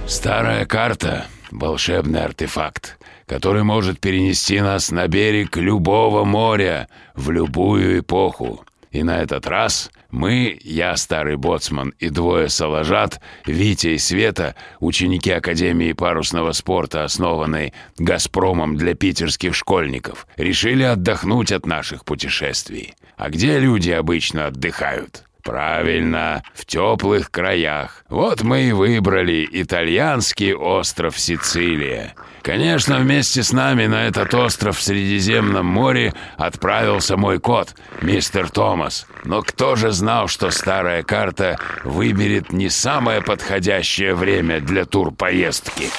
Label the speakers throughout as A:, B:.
A: Старая карта — волшебный артефакт, который может перенести нас на берег любого моря в любую эпоху. И на этот раз мы, я, старый боцман, и двое салажат, Витя и Света, ученики Академии парусного спорта, основанной «Газпромом» для питерских школьников, решили отдохнуть от наших путешествий. А где люди обычно отдыхают? Правильно, в теплых краях. Вот мы и выбрали итальянский остров Сицилия. Конечно, вместе с нами на этот остров в Средиземном море отправился мой кот, мистер Томас. Но кто же знал, что старая карта выберет не самое подходящее время для турпоездки?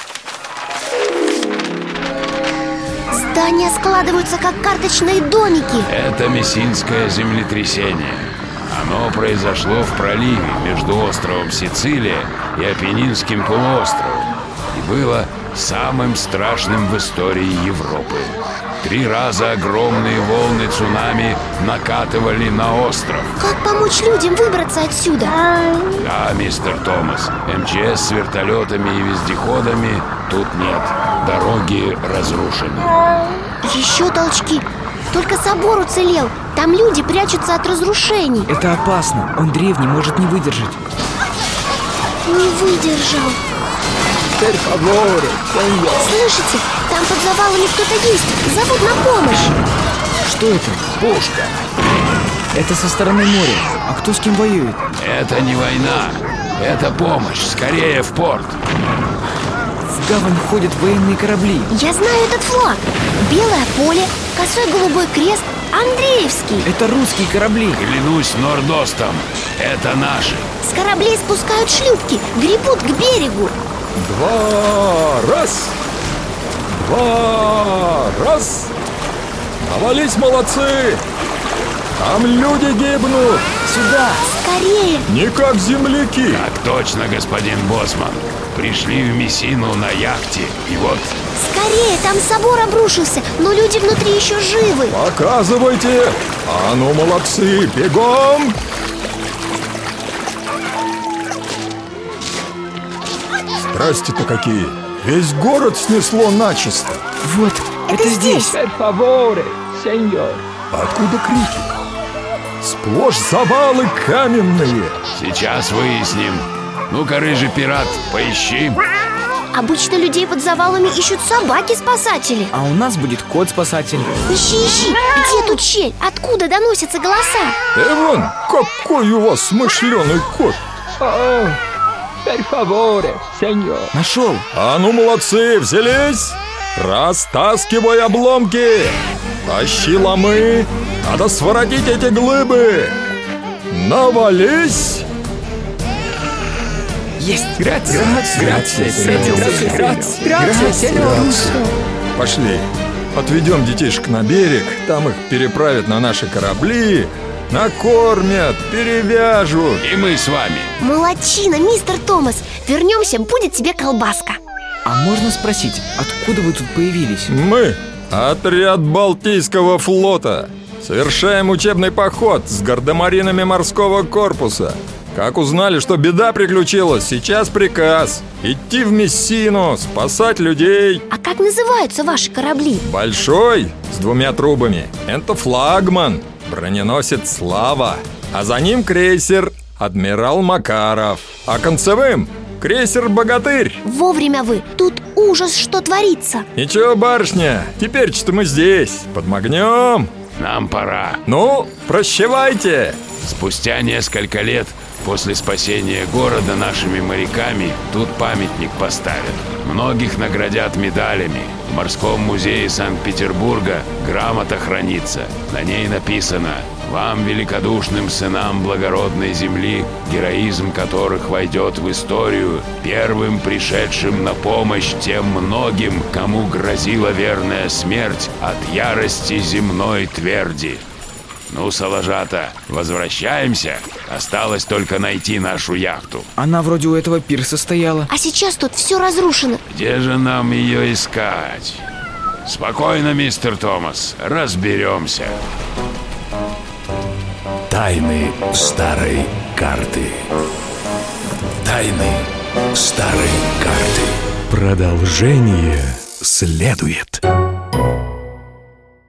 B: Здания складываются как карточные домики
A: Это Мессинское землетрясение. Оно произошло в проливе между островом Сицилия и Апеннинским полуостровом и было самым страшным в истории Европы. Три раза огромные волны цунами накатывали на остров.
B: Как помочь людям выбраться отсюда?
A: Да, мистер Томас, МЧС с вертолетами и вездеходами тут нет. Дороги разрушены.
B: Еще толчки Только собор уцелел Там люди прячутся от разрушений
C: Это опасно. Он древний, может не выдержать.
B: Не выдержал Слышите, там под завалами кто-то есть Зовут на помощь
C: Что это? Пушка. Это со стороны моря. А кто с кем воюет?
A: Это не война, это помощь. Скорее в порт.
C: В гавань входят военные корабли.
B: Я знаю этот флаг Белое поле, косой голубой крест, Андреевский
C: Это русские корабли.
A: Клянусь Нордостом, это наши.
B: С кораблей спускают шлюпки, гребут к берегу
D: Два раз Два раз Навались молодцы Там люди гибнут
C: Сюда.
B: Скорее,
D: Не как земляки
A: Так точно, господин Босман. Пришли в Мессину на яхте, и вот
B: скорее, там собор обрушился Но люди внутри еще живы
D: Показывайте А ну молодцы, бегом Страсти-то какие Весь город снесло начисто
C: Вот. Это, здесь.
D: Откуда крики? Сплошь завалы каменные
A: сейчас выясним. Ну-ка, рыжий пират, поищи.
B: Обычно людей под завалами ищут собаки-спасатели
C: А у нас будет кот-спасатель.
B: Ищи, ищи, где тут щель? Откуда доносятся голоса?
D: Эван, какой у вас смышленый кот
C: Нашел.
D: А ну, молодцы, взялись! Растаскивай обломки! Тащи ломы! Надо своротить эти глыбы! Навались!
C: Есть.
D: Пошли, отведем детишек на берег, там их переправят на наши корабли, накормят, перевяжут.
A: И мы с вами.
B: Молодчина, мистер Томас Вернемся, будет тебе колбаска
C: А можно спросить, откуда вы тут появились?
D: Мы, отряд Балтийского флота, совершаем учебный поход с гардемаринами морского корпуса. Как узнали, что беда приключилась, сейчас приказ идти в Мессину, спасать людей.
B: А как называются ваши корабли?
D: Большой, с двумя трубами, это флагман, броненосец Слава, а за ним крейсер Адмирал Макаров, а концевым крейсер Богатырь.
B: Вовремя вы, тут ужас, что творится
D: Ничего, барышня, теперь что мы здесь, подмагнем.
A: Нам пора.
D: Ну, прощевайте!
A: Спустя несколько лет после спасения города нашими моряками тут памятник поставят. Многих наградят медалями. В морском музее Санкт-Петербурга грамота хранится. На ней написано «Вам, великодушным сынам благородной земли, героизм которых войдет в историю, первым пришедшим на помощь тем многим, кому грозила верная смерть от ярости земной тверди». Ну, Соложата, возвращаемся. Осталось только найти нашу яхту.
C: Она вроде у этого пирса стояла.
B: А сейчас тут все разрушено.
A: Где же нам ее искать? Спокойно, мистер Томас, разберемся.
E: Тайны старой карты. Тайны старой карты. Продолжение следует.